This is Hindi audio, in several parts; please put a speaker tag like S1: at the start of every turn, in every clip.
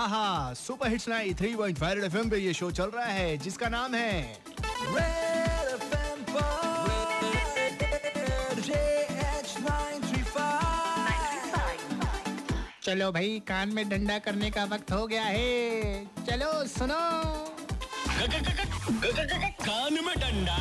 S1: आहा सुपर हिट्स 93.5 रेड एफएम पे ये शो चल रहा है जिसका नाम है
S2: Red FM पर JH935
S3: चलो भाई कान में डंडा करने का वक्त हो गया है चलो सुनो
S4: कान में डंडा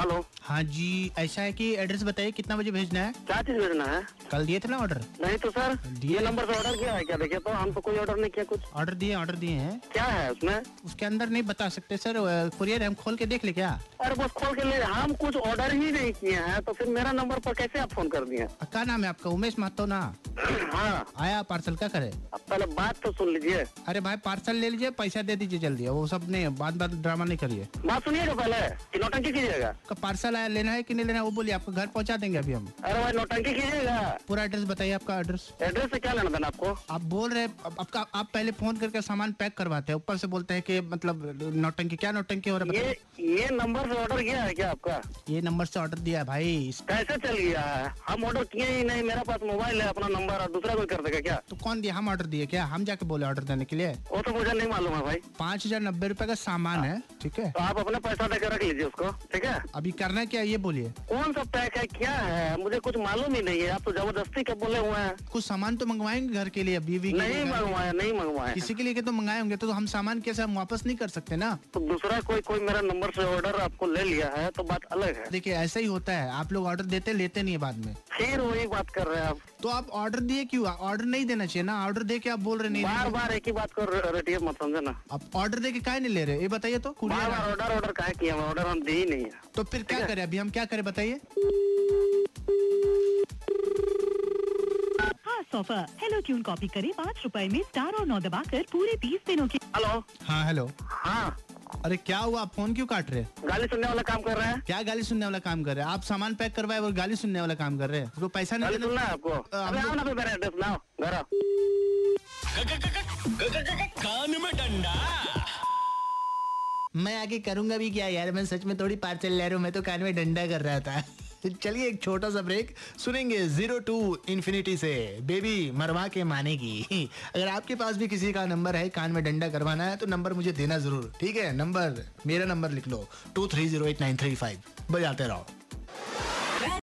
S5: हेलो
S3: हाँ जी ऐसा है कि एड्रेस बताइए कितना बजे भेजना है
S5: क्या चीज भेजना है
S3: कल दिए थे ना ऑर्डर
S5: नहीं तो सर
S3: दिए।
S5: ये नंबर से ऑर्डर किया है क्या देखिए तो हम तो कोई ऑर्डर नहीं किया कुछ
S3: ऑर्डर दिए ऑर्डर दिए हैं
S5: क्या है उसमें
S3: उसके अंदर नहीं बता सकते सर कुरियर हम खोल के देख ले क्या
S5: अरे बस खोल के ले हम कुछ ऑर्डर ही नहीं किए हैं तो फिर मेरा नंबर पर कैसे आप फोन कर दिए
S3: अ, क्या नाम है आपका उमेश महतो ना
S5: हाँ
S3: आया पार्सल क्या करे
S5: अब पहले बात तो सुन लीजिए
S3: अरे भाई पार्सल ले लीजिए पैसा दे दीजिए जल्दी वो सब नहीं बात बात ड्रामा नहीं करिए
S5: बात सुनिएगा पहले कि नौटंकी कीजिएगा
S3: आपका पार्सल आया लेना है कि नहीं लेना है, वो बोलिए आपको घर पहुंचा देंगे अभी हम
S5: अरे भाई नौटंकी कीजिएगा
S3: पूरा एड्रेस बताइए आपका एड्रेस
S5: एड्रेस से क्या लेना देना आपको
S3: आप बोल रहे आप- आपका आप पहले फोन करके सामान पैक करवाते हैं ऊपर से बोलते हैं कि मतलब नौटंकी क्या नौटंकी हो रहा है
S5: ये ये नंबर से ऑर्डर किया है क्या आपका
S3: बताइए। ये नंबर से ऑर्डर दिया है भाई इस-
S5: कैसे चल गया है हम ऑर्डर किए ही नहीं मेरा पास मोबाइल है अपना नंबर और दूसरा कोई कर देगा क्या
S3: तो कौन दिया हम ऑर्डर दिए क्या हम जाके बोले ऑर्डर देने के लिए
S5: वो तो मुझे नहीं मालूम है भाई
S3: पाँच हजार नब्बे रूपए का सामान है ठीक है
S5: तो आप अपना पैसा देकर रख लीजिए उसको ठीक है
S3: अभी करना क्या है, ये बोलिए
S5: कौन सा पैक है क्या है मुझे कुछ मालूम ही नहीं है आप तो जबरदस्ती के बोले हुए हैं
S3: कुछ सामान तो मंगवाएंगे घर के लिए बीवी के लिए,
S5: नहीं
S3: घर-
S5: मंगवाया नहीं मंगवाया
S3: किसी के लिए के तो मंगाए होंगे तो हम सामान कैसे हम वापस नहीं कर सकते ना
S5: तो दूसरा कोई कोई मेरा नंबर से ऑर्डर आपको ले लिया है तो बात अलग है
S3: देखिए ऐसा ही होता है आप लोग ऑर्डर देते लेते नहीं है बाद में
S5: फिर वही बात कर रहे हैं आप
S3: तो आप ऑर्डर दिए क्यों ऑर्डर नहीं देना चाहिए ना ऑर्डर दे के आप बोल रहे नहीं
S5: बार बार एक ही बात को र- रटिए मत समझे ना
S3: आप ऑर्डर दे के काहे नहीं ले रहे ये बताइए तो
S5: बार
S3: courier
S5: बार ऑर्डर ऑर्डर कहा किया मैं ऑर्डर हम दे ही नहीं है
S3: तो फिर क्या करें अभी हम क्या करें बताइए
S6: खास ऑफर हेलो ट्यून कॉपी करें पाँच रुपए में स्टार और नौ दबाकर पूरे तीस दिनों के
S5: हेलो
S3: हाँ हेलो
S5: हाँ
S3: अरे क्या हुआ आप फोन क्यों काट रहे
S5: गाली सुनने वाला काम कर रहे हैं
S3: क्या गाली सुनने वाला काम कर रहे आप सामान पैक करवाए और गाली सुनने वाला काम कर रहे हैं उसको पैसा नहीं
S5: गाली
S3: देना
S5: सुनना है आपको अरे आओ ना फिर मेरा एड्रेस लाओ घर आओ।
S4: कान में डंडा
S3: मैं आगे करूंगा भी क्या यार मैं सच में थोड़ी पार्सल ले रहा हूँ मैं तो कान में डंडा कर रहा था
S1: चलिए एक छोटा सा ब्रेक सुनेंगे जीरो टू इन्फिनिटी से बेबी मरवा के मानेगी अगर आपके पास भी किसी का नंबर है कान में डंडा करवाना है तो नंबर मुझे देना जरूर ठीक है नंबर मेरा नंबर लिख लो two three zero eight nine three five बजाते रहो